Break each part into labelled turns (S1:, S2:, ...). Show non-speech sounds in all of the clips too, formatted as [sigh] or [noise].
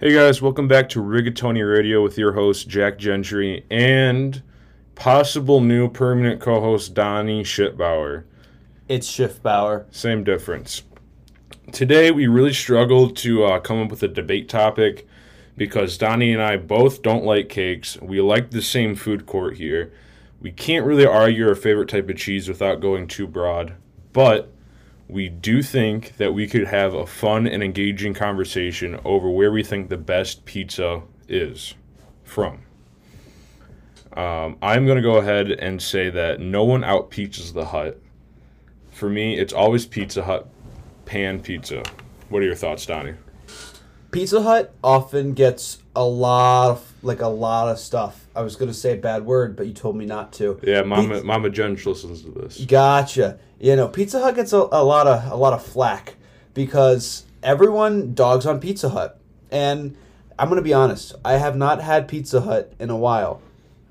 S1: Hey guys, welcome back to Rigatoni Radio with your host Jack Gentry and possible new permanent co-host Donnie Shitbauer.
S2: It's Schiffbauer.
S1: Same difference. Today we really struggled to uh, come up with a debate topic because Donnie and I both don't like cakes. We like the same food court here. We can't really argue our favorite type of cheese without going too broad, but we do think that we could have a fun and engaging conversation over where we think the best pizza is from. Um, I'm going to go ahead and say that no one out pizzas the hut. For me, it's always Pizza Hut pan pizza. What are your thoughts, Donnie?
S2: Pizza Hut often gets a lot of like a lot of stuff. I was gonna say a bad word, but you told me not to.
S1: Yeah, Mama
S2: Pizza-
S1: Mama Jench listens to this.
S2: Gotcha. You know, Pizza Hut gets a, a lot of a lot of flack because everyone dogs on Pizza Hut, and I'm gonna be honest. I have not had Pizza Hut in a while,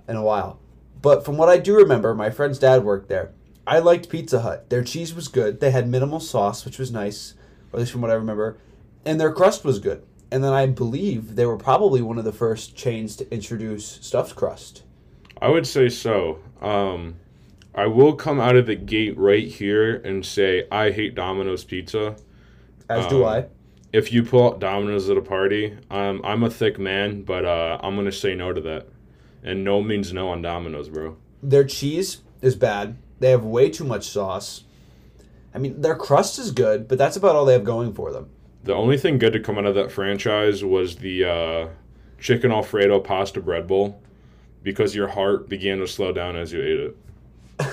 S2: in a while. But from what I do remember, my friend's dad worked there. I liked Pizza Hut. Their cheese was good. They had minimal sauce, which was nice, or at least from what I remember, and their crust was good. And then I believe they were probably one of the first chains to introduce stuffed crust.
S1: I would say so. Um, I will come out of the gate right here and say I hate Domino's pizza.
S2: As do
S1: Um,
S2: I.
S1: If you pull out Domino's at a party, um, I'm a thick man, but uh, I'm gonna say no to that. And no means no on Domino's, bro.
S2: Their cheese is bad. They have way too much sauce. I mean, their crust is good, but that's about all they have going for them. [laughs]
S1: The only thing good to come out of that franchise was the uh, chicken Alfredo pasta bread bowl, because your heart began to slow down as you ate it.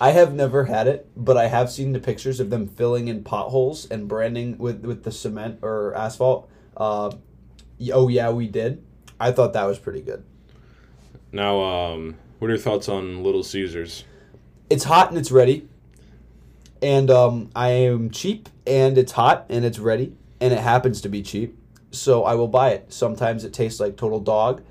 S2: I have never had it, but I have seen the pictures of them filling in potholes and branding with with the cement or asphalt. Uh, y- oh yeah, we did. I thought that was pretty good.
S1: Now, um, what are your thoughts on Little Caesars?
S2: It's hot and it's ready, and um, I am cheap and it's hot and it's ready and it happens to be cheap, so I will buy it. Sometimes it tastes like total dog.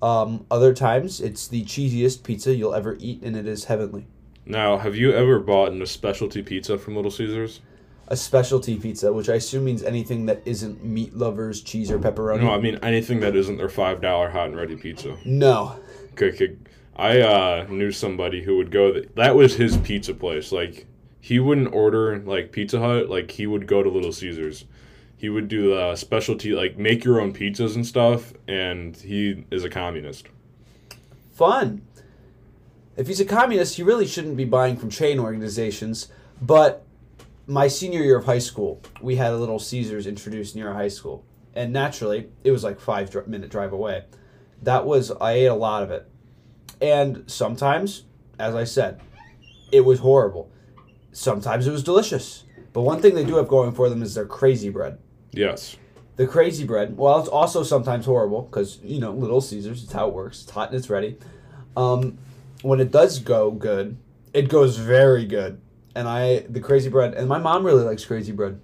S2: Um, other times it's the cheesiest pizza you'll ever eat and it is heavenly.
S1: Now, have you ever bought a specialty pizza from Little Caesars?
S2: A specialty pizza, which I assume means anything that isn't meat lovers, cheese, or pepperoni.
S1: No, I mean anything that isn't their five dollar hot and ready pizza.
S2: No.
S1: Okay, okay. I uh, knew somebody who would go. That, that was his pizza place. Like he wouldn't order like Pizza Hut. Like he would go to Little Caesars. He would do the specialty like make your own pizzas and stuff. And he is a communist.
S2: Fun. If he's a communist, he really shouldn't be buying from chain organizations. But my senior year of high school, we had a little Caesars introduced near our high school. And naturally, it was like five dr- minute drive away. That was, I ate a lot of it. And sometimes, as I said, it was horrible. Sometimes it was delicious. But one thing they do have going for them is their crazy bread.
S1: Yes.
S2: The crazy bread. Well, it's also sometimes horrible because you know Little Caesars. It's how it works. It's hot and it's ready. Um, when it does go good, it goes very good. And I the crazy bread. And my mom really likes crazy bread,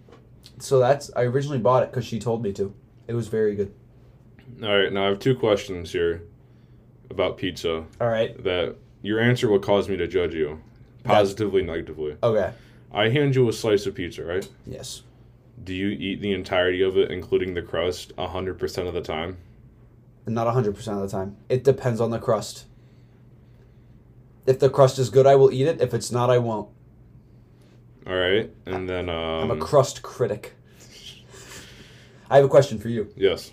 S2: so that's I originally bought it because she told me to. It was very good.
S1: All right. Now I have two questions here about pizza
S2: All right.
S1: that your answer will cause me to judge you positively, negatively.
S2: Okay.
S1: I hand you a slice of pizza, right?
S2: Yes.
S1: Do you eat the entirety of it, including the crust, 100% of the time?
S2: Not hundred percent of the time. It depends on the crust. If the crust is good, I will eat it. If it's not, I won't.
S1: All right. And then. Um,
S2: I'm a crust critic. I have a question for you.
S1: Yes.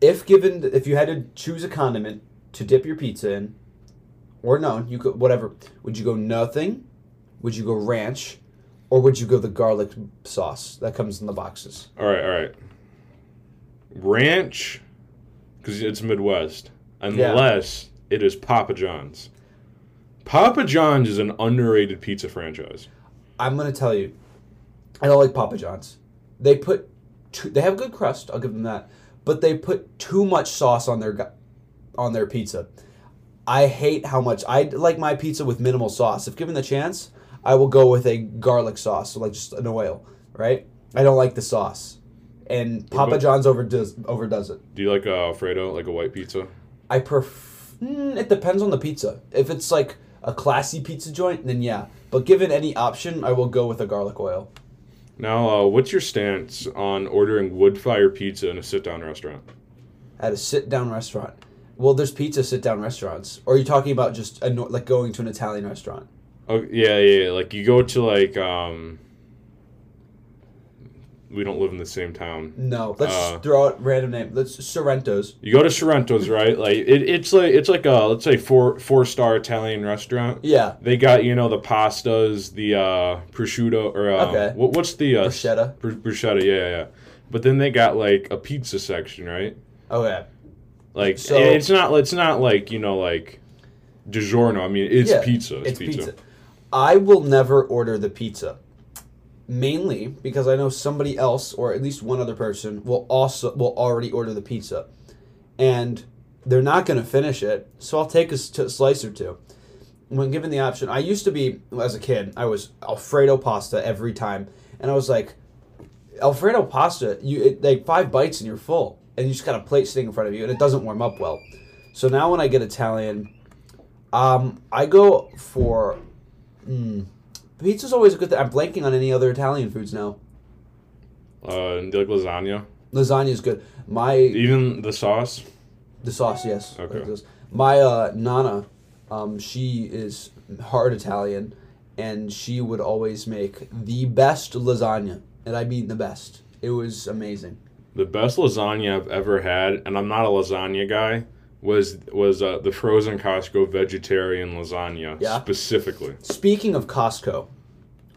S2: if given if you had to choose a condiment to dip your pizza in or none you could whatever would you go nothing would you go ranch or would you go the garlic sauce that comes in the boxes
S1: All right. All right. Ranch, because it's Midwest, unless it is Papa John's. Papa John's is an underrated pizza franchise.
S2: i'm going to tell you i don't like papa john's they put too, they have good crust i'll give them that but they put too much sauce on their gu- on their pizza i hate how much i like my pizza with minimal sauce if given the chance i will go with a garlic sauce so like just an oil right i don't like the sauce and papa
S1: about-
S2: john's overdoes overdoes it
S1: Do you like uh, Alfredo, like a white pizza?
S2: i pref mm, it depends on the pizza if it's like a classy pizza joint then yeah but given any option i will go with a garlic oil
S1: Now, uh, what's your stance on ordering wood fire pizza in a sit down restaurant?
S2: at a sit down restaurant. Well, there's pizza sit down restaurants. Or are you talking about just a, nor- like going to an Italian restaurant?
S1: Oh yeah, yeah. yeah, Like you go to like um. We don't live in the same town.
S2: No, let's just
S1: Uh,
S2: throw out random name. Let's Sorrento's.
S1: You go to Sorrento's, right? Like it, it's like it's like a let's say four four star Italian restaurant.
S2: Yeah,
S1: They got you know the pastas, the uh, prosciutto, or uh,
S2: Okay.
S1: what, what's the uh,
S2: bruschetta.
S1: br- bruschetta? Yeah, yeah, yeah. But then they got like a pizza section, right?
S2: Okay,
S1: Like
S2: So-
S1: it's not it's not like you know like DiGiorno. I mean, it's
S2: Yeah,
S1: pizza. It's,
S2: it's pizza. I will never order the pizza, mainly because I know somebody else or at least one other person will also will already order the pizza, and they're not going to finish it. So I'll take a, s- t- slice or two. When given the option, I used to be as a kid. I was Alfredo pasta every time, and I was like, Alfredo pasta, you it, like five bites and you're full, and you just got a plate sitting in front of you, and it doesn't warm up well. So now when I get Italian, um, I go for mm, pizza's always a good thing. I'm blanking on any other Italian foods now.
S1: Uh, and, like lasagna,
S2: Lasagna's good. My
S1: even the sauce.
S2: the sauce, yes. like
S1: Okay.
S2: this. My uh, nana, um, she is hard Italian, and she would always make the best lasagna, and I mean the best. It was amazing.
S1: The best lasagna I've ever had, and I'm not a lasagna guy, was was uh, the frozen Costco vegetarian lasagna
S2: Yeah.
S1: specifically.
S2: Speaking of Costco,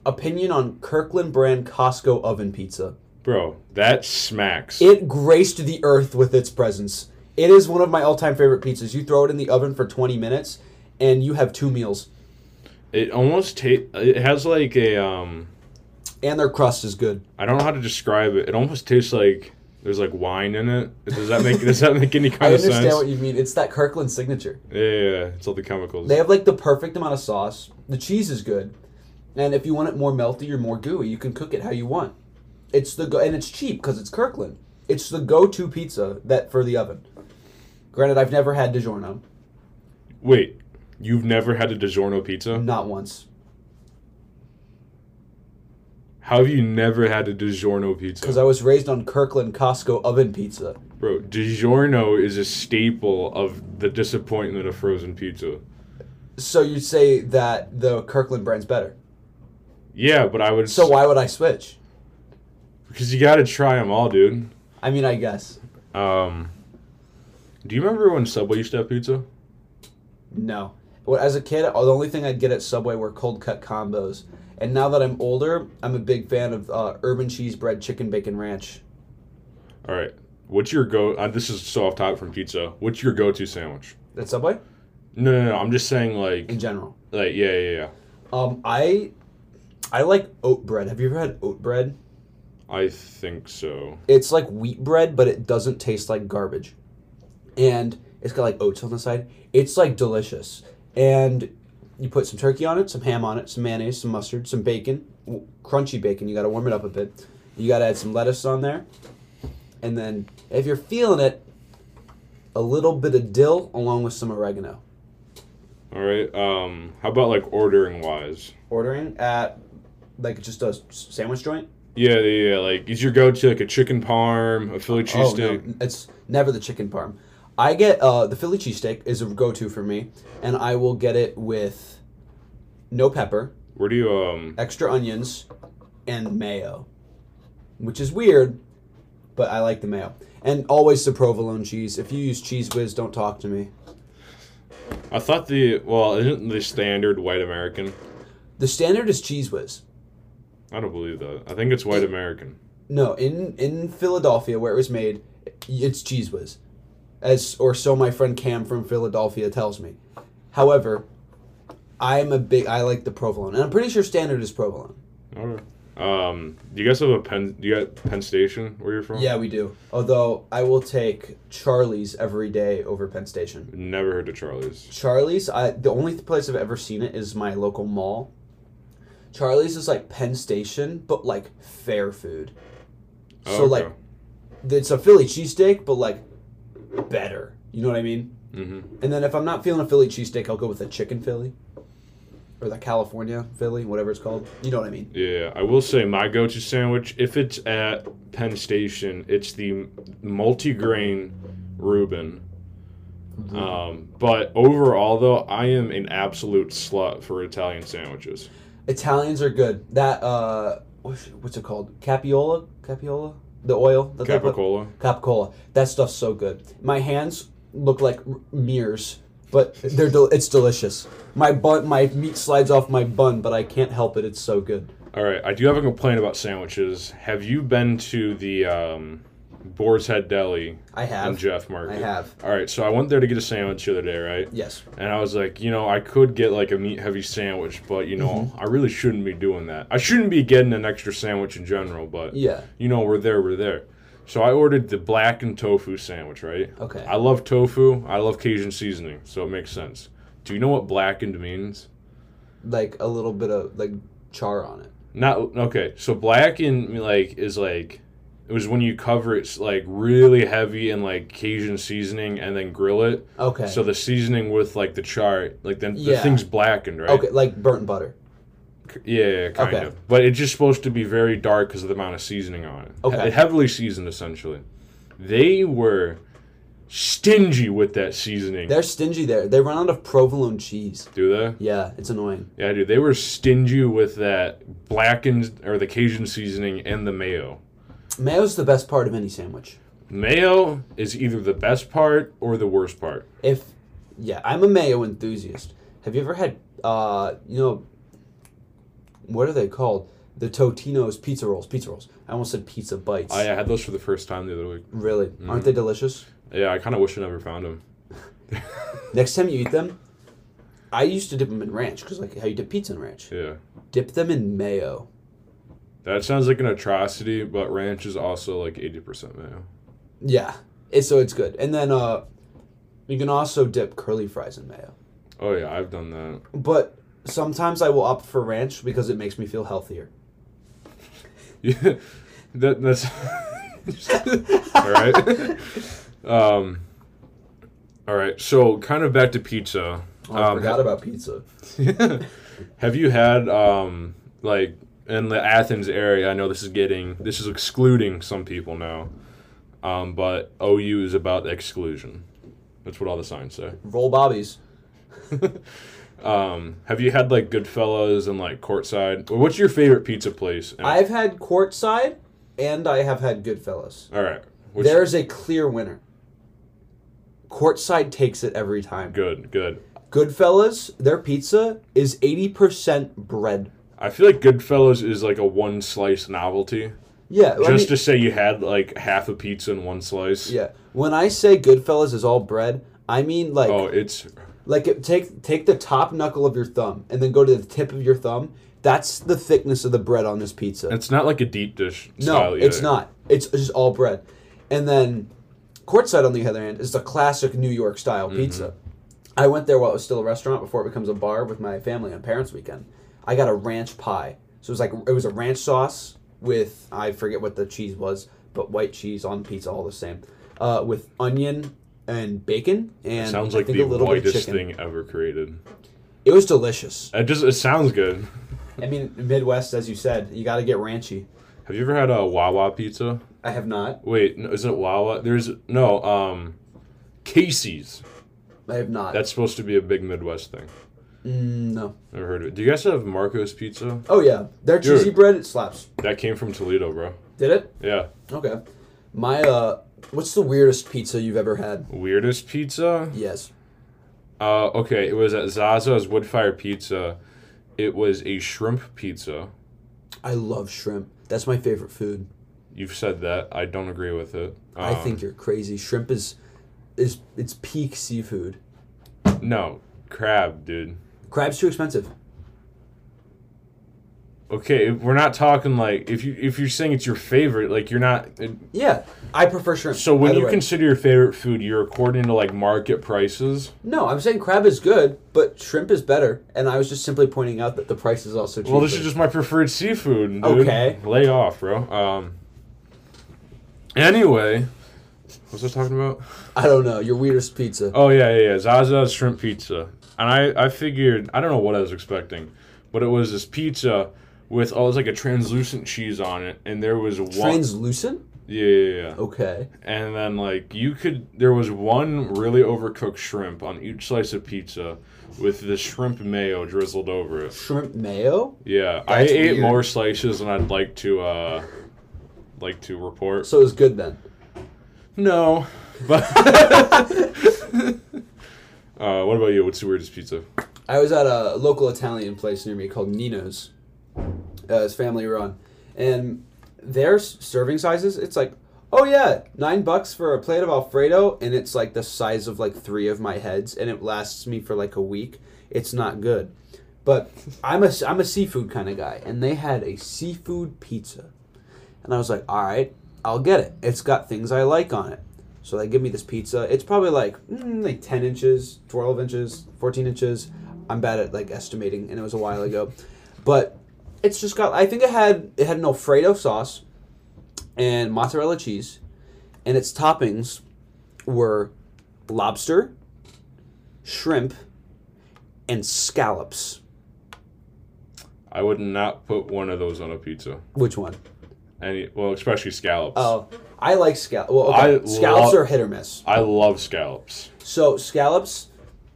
S2: opinion on Kirkland brand Costco oven pizza.
S1: Bro, that smacks.
S2: It graced the earth with its presence. It is one of my all-time favorite pizzas. You throw it in the oven for 20 minutes and you have two meals.
S1: It almost ta- it has like a um
S2: And their crust is good.
S1: I don't know how to describe it. It almost tastes like there's like wine in it. Does that make does that make any
S2: [laughs] I
S1: kind of
S2: understand
S1: sense?
S2: what you mean. It's that Kirkland signature.
S1: yeah, yeah, yeah, it's all the chemicals.
S2: They have like the perfect amount of sauce. The cheese is good. And if you want it more melty or more gooey, you can cook it how you want. It's the go- and it's cheap cuz it's Kirkland. It's the go-to pizza that for the oven. Granted, I've never had DiGiorno.
S1: Wait, you've never had a DiGiorno pizza?
S2: Not once.
S1: How have you never had a DiGiorno pizza?
S2: Because I was raised on Kirkland Costco oven pizza.
S1: Bro, DiGiorno is a staple of the disappointment of frozen pizza.
S2: So you'd say that the Kirkland brand's better.
S1: Yeah, but I would
S2: So why would I switch?
S1: because you got to try them all, dude.
S2: I mean, I guess.
S1: Um, do you remember when Subway used to have pizza?
S2: No. Well, as a kid, the only thing I'd get at Subway were cold cut combos. And now that I'm older, I'm a big fan of uh, urban cheese bread, chicken, bacon, ranch.
S1: All right, what's your go? Uh, this is so off topic from pizza. What's your go-to sandwich?
S2: At Subway?
S1: No, no, no. I'm just saying, like,
S2: In general.
S1: like, yeah, yeah, yeah.
S2: Um, I I like oat bread. Have you ever had oat bread?
S1: I think so.
S2: It's like wheat bread, but it doesn't taste like garbage. And it's got like oats on the side. It's like delicious. And you put some turkey on it, some ham on it, some mayonnaise, some mustard, some bacon, w- crunchy bacon. You got to warm it up a bit. You got to add some lettuce on there. And then if you're feeling it, a little bit of dill along with some oregano.
S1: All right. Um, how about like ordering wise?
S2: Ordering at like just a s- sandwich joint.
S1: Yeah, yeah, yeah. Like, is your go-to like a chicken parm, a Philly
S2: Oh,
S1: cheesesteak?
S2: no, it's never the chicken parm. I get uh, the Philly cheesesteak is a go to for me, and I will get it with no pepper,
S1: Where do you um?
S2: extra onions, and mayo, which is weird, but I like the mayo. And always the provolone cheese. If you use Cheese Whiz, don't talk to me.
S1: I thought the well isn't the standard white American.
S2: The standard is Cheese Whiz.
S1: I don't believe that. I think it's white American.
S2: No, in in Philadelphia where it was made, it's Cheese Whiz, as or so my friend Cam from Philadelphia tells me. However, I'm a big I like the provolone, and I'm pretty sure standard is provolone.
S1: Okay. Um, do you guys have a Penn? Do you got Penn Station where you're from?
S2: Yeah, we do. Although I will take Charlie's every day over Penn Station.
S1: Never heard of Charlie's.
S2: Charlie's, I the only place I've ever seen it is my local mall. Charlie's is like Penn Station, but like fair food.
S1: Oh,
S2: so like,
S1: okay.
S2: it's a Philly cheesesteak, but like better. You know what I mean?
S1: hmm
S2: Mm-hmm. And then if I'm not feeling a Philly cheesesteak, I'll go with a chicken Philly. or the California Philly, whatever it's called. You know what I mean?
S1: Yeah, I will say my go-to sandwich if it's at Penn Station, it's the multi-grain Reuben.
S2: Mm-hmm.
S1: Um, but overall, though, I am an absolute slut for Italian sandwiches.
S2: Italians are good. That uh, what's, what's it called? Capiola, capiola, the oil. that they put-
S1: Capicola.
S2: Capicola. That stuff's so good. My hands look like r- mirrors, but they're del- it's delicious. My bun, my meat slides off my bun, but I can't help it. It's so good.
S1: All right, I do have a complaint about sandwiches. Have you been to the um, Boar's Head Deli
S2: I
S1: in
S2: have.
S1: Jeff Market?
S2: I have.
S1: All right, so I went there to get a sandwich the other day, right?
S2: Yes.
S1: And I was like, you know, I could get like a meat heavy sandwich, but you know,
S2: Mm-hmm.
S1: I really shouldn't be doing that. I shouldn't be getting an extra sandwich in general, but
S2: Yeah.
S1: you know, we're there, we're there. So I ordered the blackened tofu sandwich, right?
S2: Okay.
S1: I love tofu. I love Cajun seasoning, so it makes sense. Do you know what blackened means?
S2: Like a little bit of like char on it.
S1: Not okay. So blackened like is like it was when you cover it like really heavy in like Cajun seasoning and then grill it.
S2: Okay.
S1: So the seasoning with like the char, like then the
S2: Yeah.
S1: thing's blackened, right?
S2: okay, like burnt butter.
S1: Yeah, yeah, kind
S2: Okay.
S1: of. But it's just supposed to be very dark because of the amount of seasoning on it.
S2: Okay.
S1: He- heavily seasoned, essentially. They were stingy with that seasoning.
S2: They're stingy there. They run out of provolone cheese.
S1: do they?
S2: Yeah, it's annoying.
S1: Yeah, dude. They were stingy with that blackened or the Cajun seasoning and the mayo.
S2: Mayo's the best part of any sandwich.
S1: Mayo is either the best part or the worst part.
S2: If yeah, I'm a mayo enthusiast. Have you ever had uh you know what are they called? The Totino's pizza rolls, pizza rolls. I almost said pizza bites.
S1: I Mm. I had those for the first time the other week.
S2: really? Aren't they delicious?
S1: Yeah, I kind of wish I never found them.
S2: Next time you eat them, I used to dip them in ranch because like how you dip pizza in ranch.
S1: Yeah.
S2: Dip them in mayo.
S1: That sounds like an atrocity, but ranch is also like 80% mayo.
S2: Yeah, it's so it's good. And then uh, you can also dip curly fries in mayo.
S1: Oh, yeah, I've done that.
S2: But sometimes I will opt for ranch because it makes me feel healthier.
S1: Yeah, that [laughs] that's [laughs] all right. [laughs] Um, all right. So, kind of back to pizza.
S2: Oh, I
S1: Um,
S2: forgot about pizza.
S1: have you had um like in the Athens area? I know this is getting this is excluding some people now, um, but OU is about exclusion. That's what all the signs say.
S2: Roll Bobbies.
S1: Um, have you had like Goodfellas and like Courtside? What's your favorite pizza place? And-
S2: I've had Courtside and I have had Goodfellas.
S1: all right. Which,
S2: There is a clear winner. Courtside takes it every time.
S1: good, good.
S2: Goodfellas, their pizza is 80% bread.
S1: I feel like Goodfellas is like a one slice novelty.
S2: Yeah, I
S1: Just
S2: mean-
S1: to say you had like half a pizza in one slice.
S2: yeah. When I say Goodfellas is all bread, I mean like
S1: Oh, it's
S2: like it, take take the top knuckle of your thumb and then go to the tip of your thumb. That's the thickness of the bread on this pizza.
S1: it's not like a deep dish
S2: No,
S1: style.
S2: it's
S1: either.
S2: not. It's just all bread. And then courtside, on the other hand, is the classic New York style
S1: Mm-hmm.
S2: pizza. I went there while it was still a restaurant before it becomes a bar with my family on Parents' Weekend. I got a ranch pie. So it was like it was a ranch sauce with I forget what the cheese was, but white cheese on pizza, all the same, uh, with onion and bacon and
S1: Sounds
S2: I
S1: like
S2: think
S1: the
S2: a little bit of
S1: whitest
S2: chicken.
S1: thing ever created.
S2: It was delicious.
S1: It just it sounds good.
S2: I mean, Midwest, as you said, you got to get ranchy.
S1: Have you ever had a Wawa pizza?
S2: I have not.
S1: Wait, no, isn't it Wawa? There's no um, Casey's.
S2: I have not.
S1: That's supposed to be a big Midwest thing.
S2: Mm, no.
S1: Never heard of it. Do you guys have Marco's Pizza?
S2: Oh yeah, their
S1: Dude.
S2: cheesy bread it slaps.
S1: That came from Toledo, bro.
S2: Did it?
S1: Yeah.
S2: Okay. My uh, what's the weirdest pizza you've ever had?
S1: Weirdest pizza?
S2: Yes.
S1: Uh, okay, it was at Zaza's Woodfire Pizza. It was a shrimp pizza.
S2: I love shrimp. That's my favorite food.
S1: You've said that. I don't agree with it.
S2: I
S1: Um,
S2: think you're crazy. Shrimp is is it's peak seafood.
S1: Um, no crab, dude.
S2: Crab's too expensive.
S1: Okay, if we're not talking like if you if you're saying it's your favorite, like you're not.
S2: Yeah, I prefer shrimp.
S1: So when
S2: either
S1: you
S2: way.
S1: consider your favorite food, you're according to like market prices.
S2: no, I'm saying crab is good, but shrimp is better. And I was just simply pointing out that the price is also cheaper.
S1: Well, this is just my preferred seafood. Dude.
S2: Okay.
S1: lay off, bro. Um. Anyway, What's I talking about?
S2: I don't know. Your weirdest pizza.
S1: Oh yeah, yeah, yeah. Zaza shrimp pizza, and I I figured I don't know what I was expecting, but it was this pizza with oh, it was like a translucent cheese on it, and there was one
S2: Translucent?
S1: yeah, yeah, yeah.
S2: Okay.
S1: and then like you could there was one really overcooked shrimp on each slice of pizza with the shrimp mayo drizzled over it.
S2: Shrimp mayo?
S1: Yeah, I
S2: That's
S1: ate
S2: weird.
S1: more slices than I'd like to uh like to report.
S2: So it was good then.
S1: No, [laughs] but uh, what about you? What's the weirdest pizza?
S2: I was at a local Italian place near me called Nino's. Uh, his family run, and their s- serving sizes. It's like, oh yeah, nine bucks for a plate of Alfredo, and it's like the size of like three of my heads, and it lasts me for like a week. It's not good, but I'm a s- I'm a seafood kind of guy, and they had a seafood pizza, and I was like, all right, I'll get it. It's got things I like on it. So they give me this pizza. It's probably like mm, like ten inches, twelve inches, fourteen inches. I'm bad at like estimating, and it was a while ago, but it's just got. I think it had it had an Alfredo sauce and mozzarella cheese, and its toppings were lobster, shrimp, and scallops.
S1: I would not put one of those on a pizza.
S2: Which one?
S1: Any well, especially scallops.
S2: Oh, I like scallops. Well,
S1: I
S2: okay. scallops
S1: lo-
S2: are hit or miss.
S1: I love scallops.
S2: So scallops.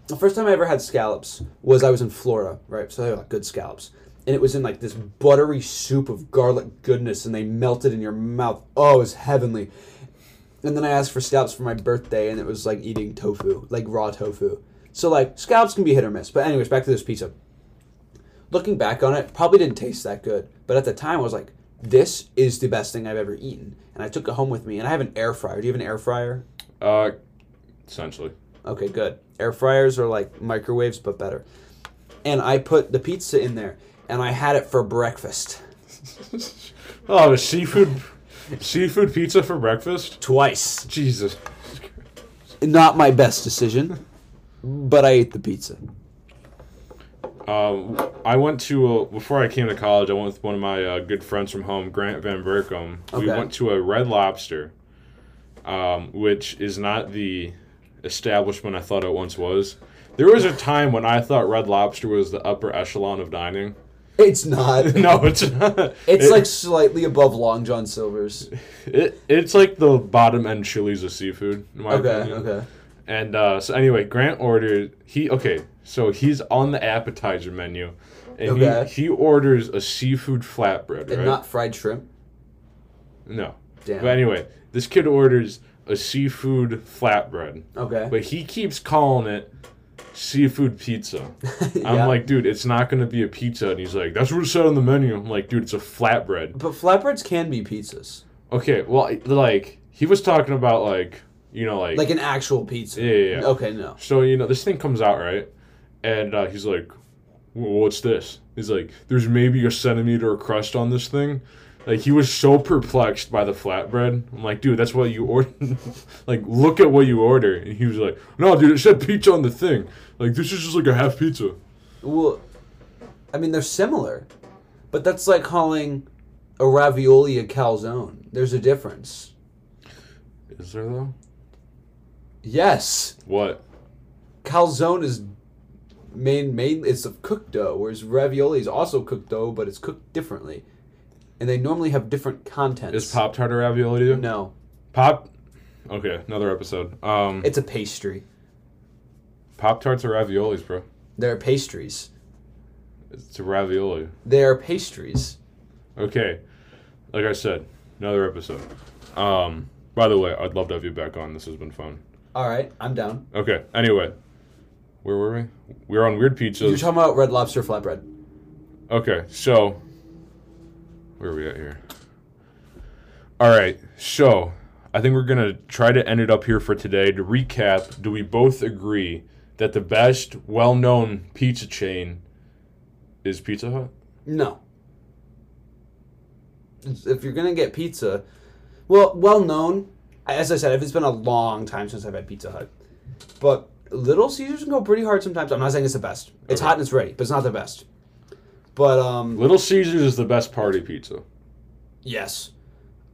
S2: The first time I ever had scallops was I was in Florida, right? So they were like good scallops, and it was in like this buttery soup of garlic goodness, and they melted in your mouth. Oh, it was heavenly. And then I asked for scallops for my birthday, and it was like eating tofu, like raw tofu. So like scallops can be hit or miss. But anyways, back to this pizza. Looking back on it, probably didn't taste that good, but at the time I was like, "This is the best thing I've ever eaten," and I took it home with me. And I have an air fryer. Do you have an air fryer?
S1: Uh, essentially.
S2: Okay, good. Air fryers are like microwaves, but better. And I put the pizza in there, and I had it for breakfast
S1: Oh, the seafood, seafood pizza for breakfast.
S2: twice.
S1: Jesus.
S2: Not my best decision, but I ate the pizza.
S1: Um, I went to a, before I came to college. I went with one of my uh, good friends from home, Grant Van Berkom. We
S2: Okay.
S1: went to a Red Lobster, um, which is not the establishment I thought it once was. There was a time when I thought Red Lobster was the upper echelon of dining. [laughs]
S2: It's not.
S1: No, it's not.
S2: It's
S1: It-
S2: like slightly above Long John Silver's.
S1: it, it's like the bottom end chilies of seafood. In my
S2: Okay,
S1: opinion.
S2: okay.
S1: And uh, so anyway, Grant ordered he okay, so he's on the appetizer menu, and
S2: Okay.
S1: he, he orders a seafood flatbread,
S2: And
S1: right?
S2: not fried shrimp.
S1: no,
S2: Damn.
S1: but anyway, this kid orders a seafood flatbread,
S2: Okay. [laughs]
S1: but he keeps calling it seafood
S2: [laughs]
S1: pizza.
S2: Yeah.
S1: I'm like, dude, it's not gonna be a pizza, and he's like, that's what it said on the menu. I'm like, dude, it's a flatbread.
S2: But flatbreads can be pizzas,
S1: Okay, well, like he was talking about like you know like
S2: like an actual pizza.
S1: Yeah, yeah, yeah.
S2: Okay, no.
S1: So you know this thing comes out right, and uh, he's like, "Wh- "What's this?" He's like, "There's maybe a centimeter of crust on this thing." Like he was so perplexed by the flatbread. I'm like, "Dude, that's what you ordered. [laughs] like, look at what you order." And he was like, "No, dude, it said pizza on the thing. Like this is just like a half pizza."
S2: Well, I mean, they're similar, but that's like calling a ravioli a calzone. There's a difference.
S1: Is there though?
S2: Yes,
S1: What?
S2: calzone is made mainly it's of cooked dough, whereas ravioli is also cooked dough, but it's cooked differently, and they normally have different contents.
S1: Is Pop Tart a ravioli? though?
S2: No,
S1: Pop. Okay, another episode. Um,
S2: it's a pastry.
S1: Pop Tarts are raviolis, bro.
S2: They're pastries.
S1: It's a ravioli.
S2: They are pastries.
S1: Okay. Like I said, another episode. Um, by the way, I'd love to have you back on. This has been fun.
S2: All right, I'm down.
S1: Okay. Anyway, where were we? We were on weird
S2: You're
S1: pizzas.
S2: talking about red lobster flatbread.
S1: okay. So, where are we at here? All right. So, I think we're gonna try to end it up here for today. To recap, do we both agree that the best well-known pizza chain is Pizza Hut?
S2: No. If you're gonna get pizza, well, well known. As I said, it's been a long time since I've had Pizza Hut, but Little Caesars can go pretty hard sometimes. I'm not saying it's the best. It's
S1: Okay.
S2: hot and it's ready, but it's not the best. But um,
S1: Little Caesars is the best party pizza.
S2: yes,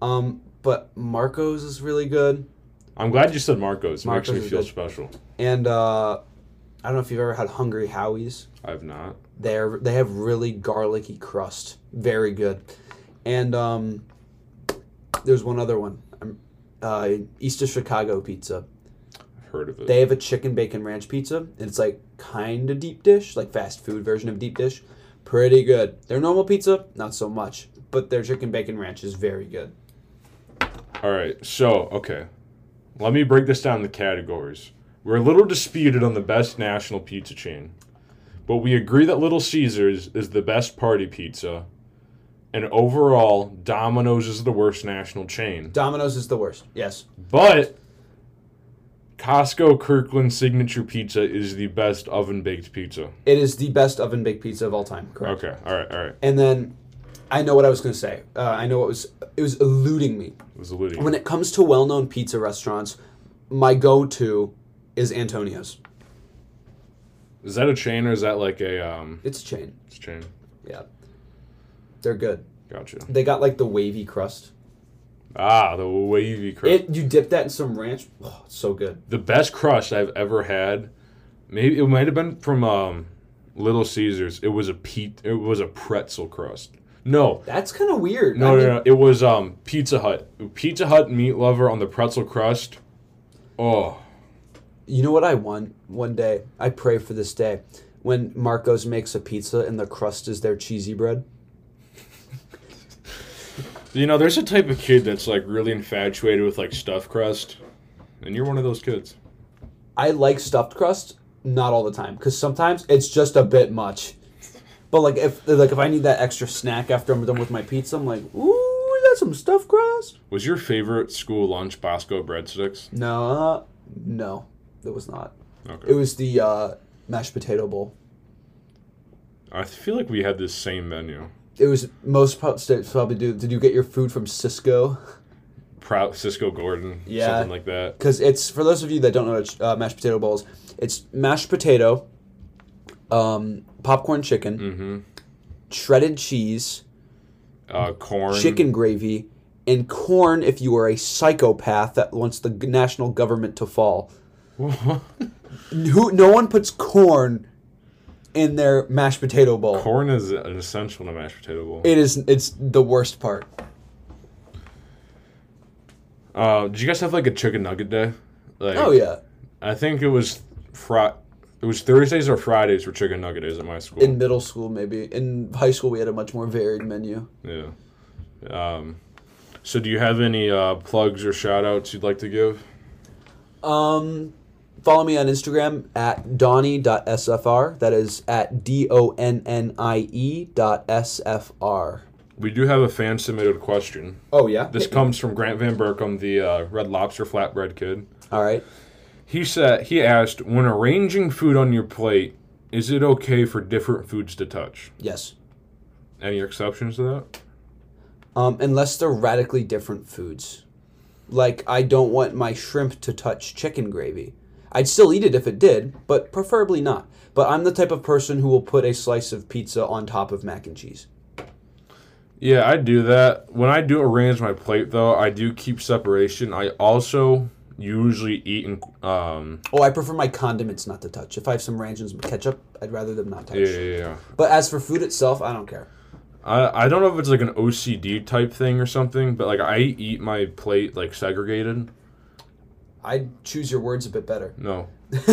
S2: um, but Marco's is really good.
S1: I'm glad you said Marcos. It
S2: Marcos
S1: makes me
S2: is
S1: feel
S2: good.
S1: special.
S2: And uh, I don't know if you've ever had Hungry Howie's.
S1: I've not.
S2: They're they have really garlicky crust, very good. And um, there's one other one, um, uh, East of Chicago pizza.
S1: I've heard of it.
S2: They have a chicken bacon ranch pizza, and it's like kind of deep dish, like fast food version of deep dish. Pretty good. Their normal pizza, not so much, but their chicken bacon ranch is very good.
S1: All right. So, okay. Let me break this down into categories. We're a little disputed on the best national pizza chain, but we agree that Little Caesars is the best party pizza, and overall, Domino's is the worst national chain.
S2: Domino's is the worst. Yes.
S1: But Costco Kirkland Signature Pizza is the best oven baked pizza.
S2: It is the best oven baked pizza of all time. Correct.
S1: Okay. All right. All right.
S2: And then I know what I was going to say. Uh, I know what was it was eluding me.
S1: It was alluding.
S2: When it comes to well-known pizza restaurants, my go-to is Antonio's.
S1: Is that a chain or is that like a um
S2: It's a chain.
S1: it's a chain?
S2: Yeah. They're good.
S1: Gotcha.
S2: They got like the wavy crust.
S1: Ah, the wavy crust.
S2: It you dip that in some ranch. Oh, it's so good.
S1: the best crust I've ever had. Maybe it might have been from um, Little Caesars. It was a pe- It was a pretzel crust. No,
S2: That's kind of weird.
S1: no,
S2: I mean,
S1: no, no. It was um, Pizza Hut. Pizza Hut meat lover on the pretzel crust. Oh,
S2: You know what I want one day? I pray for this day when Marcos makes a pizza and the crust is their cheesy bread.
S1: you know, there's a type of kid that's like really infatuated with like stuffed crust, and you're one of those kids.
S2: I like stuffed crust, not all the time, because sometimes it's just a bit much. But like if like if I need that extra snack after I'm done with my pizza, I'm like, ooh, we got some stuffed crust.
S1: Was your favorite school lunch Bosco breadsticks?
S2: No, uh, no, it was not. It
S1: Okay,
S2: was the uh, mashed potato bowl.
S1: I feel like we had this same menu.
S2: It was most pro- states probably do. Did you get your food from Cisco?
S1: Proud Cisco Gordon,
S2: Yeah.
S1: something like that.
S2: because it's for those of you that don't know what uh, mashed potato bowls. It's mashed potato, um, popcorn chicken,
S1: Mm-hmm.
S2: shredded cheese,
S1: Uh, corn,
S2: chicken gravy, and corn. If you are a psychopath that wants the g- national government to fall, who no one puts corn in their mashed potato bowl.
S1: Corn is an essential in a mashed potato bowl.
S2: It is. It's the worst part.
S1: Uh, did you guys have like a chicken nugget day? Like,
S2: Oh yeah,
S1: I think it was fri- It was Thursdays or Fridays were chicken nugget days at my school.
S2: in middle school maybe. In high school we had a much more varied menu.
S1: yeah. Um, so do you have any uh, plugs or shout outs you'd like to give?
S2: Um, follow me on Instagram at donnie.sfr. That is at D O N N I E dot S F R.
S1: We do have a fan submitted question.
S2: Oh, yeah?
S1: This comes from Grant Van Burkham, the uh, Red Lobster flatbread kid.
S2: All right.
S1: He said he asked when arranging food on your plate, is it okay for different foods to touch?
S2: Yes.
S1: Any exceptions to that?
S2: Um, unless they're radically different foods. Like, I don't want my shrimp to touch chicken gravy. I'd still eat it if it did, but preferably not. But I'm the type of person who will put a slice of pizza on top of mac and cheese.
S1: Yeah, I do that. When I do arrange my plate, though, I do keep separation. I also usually eat in. Um,
S2: Oh, I prefer my condiments not to touch. If I have some ranch and some ketchup, I'd rather them not touch.
S1: yeah, yeah, yeah.
S2: But as for food itself, I don't care.
S1: I, I don't know if it's like an OCD type thing or something, but like I eat my plate like segregated.
S2: I choose your words a bit better. [laughs]
S1: No. [laughs]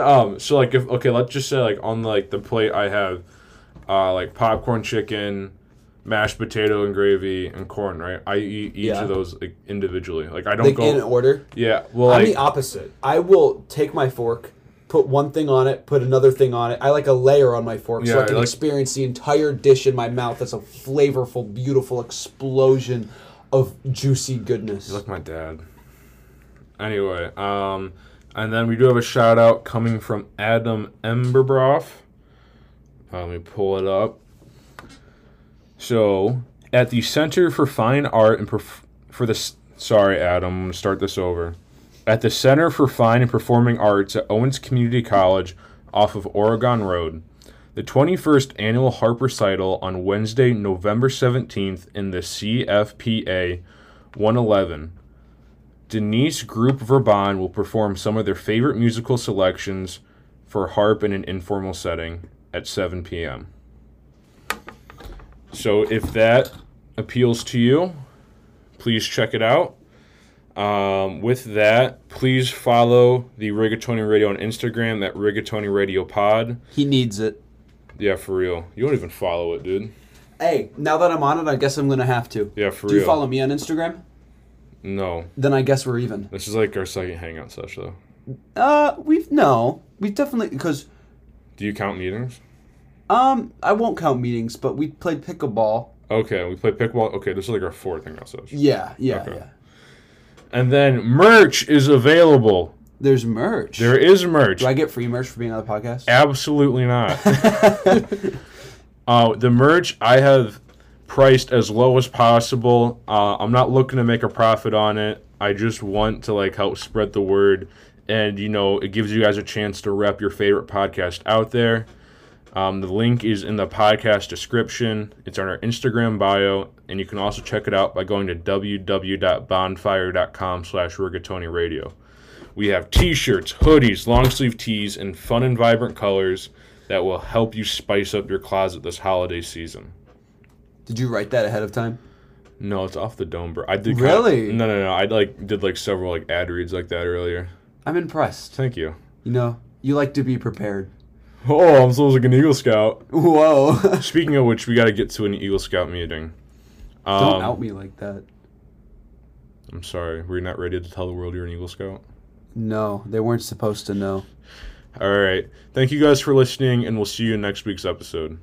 S1: um, so like if okay, let's just say like on like the plate I have uh like popcorn chicken, mashed potato and gravy and corn, right? I eat each
S2: Yeah.
S1: of those like individually. Like I don't
S2: Like
S1: go
S2: in order.
S1: Yeah, well
S2: I'm
S1: like,
S2: the opposite. I will take my fork, put one thing on it, put another thing on it. I like a layer on my fork so
S1: Yeah,
S2: I can
S1: like-
S2: experience the entire dish in my mouth. That's a flavorful, beautiful explosion of juicy goodness.
S1: Like my dad. Anyway, um, and then we do have a shout out coming from Adam Emberbroff. Uh, let me pull it up. So, at the Center for Fine Art and Perf- for the s- sorry, Adam, I'm gonna start this over. At the Center for Fine and Performing Arts at Owens Community College, off of Oregon Road. The 21st annual harp recital on Wednesday, November 17th in the CFPA 111. Denise Group Verbon will perform some of their favorite musical selections for harp in an informal setting at 7 p.m. So if that appeals to you, please check it out. Um, with that, please follow the Rigatoni Radio on Instagram at Rigatoni Radio Pod.
S2: He needs it.
S1: Yeah, for real. You don't even follow it, dude.
S2: Hey, now that I'm on it, I guess I'm gonna have to.
S1: Yeah, for
S2: Do
S1: real.
S2: you follow me on Instagram?
S1: No,
S2: Then I guess we're even.
S1: this is like our second hangout session. Though,
S2: Uh, we've no, we've definitely because
S1: do you count meetings?
S2: um, I won't count meetings, but we played pickleball.
S1: Okay, we play pickleball. Okay, this is like our fourth hangout session.
S2: Yeah, yeah,
S1: Okay.
S2: yeah.
S1: And then merch is available.
S2: There's merch.
S1: There is merch.
S2: Do I get free merch for being on the podcast?
S1: Absolutely not. uh, the merch I have priced as low as possible. Uh, I'm not looking to make a profit on it. I just want to like help spread the word, and you know it gives you guys a chance to rep your favorite podcast out there. Um, the link is in the podcast description. It's on our Instagram bio, and you can also check it out by going to www.bonfire.com/rigatoni radio. We have t-shirts, hoodies, long sleeve tees, and fun and vibrant colors that will help you spice up your closet this holiday season.
S2: Did you write that ahead of time?
S1: No, it's off the dome, bro. I did kinda-
S2: Really?
S1: no, no, no. I like did like several like ad reads like that earlier.
S2: I'm impressed.
S1: Thank you.
S2: You know, you like to be prepared. [laughs]
S1: Oh, I'm supposed to like an Eagle Scout.
S2: Whoa! [laughs]
S1: Speaking of which, we got to get to an Eagle Scout meeting. Um,
S2: Don't out me like that.
S1: I'm sorry. We're you not ready to tell the world you're an Eagle Scout.
S2: No, they weren't supposed to know.
S1: All right. Thank you guys for listening, and we'll see you in next week's episode.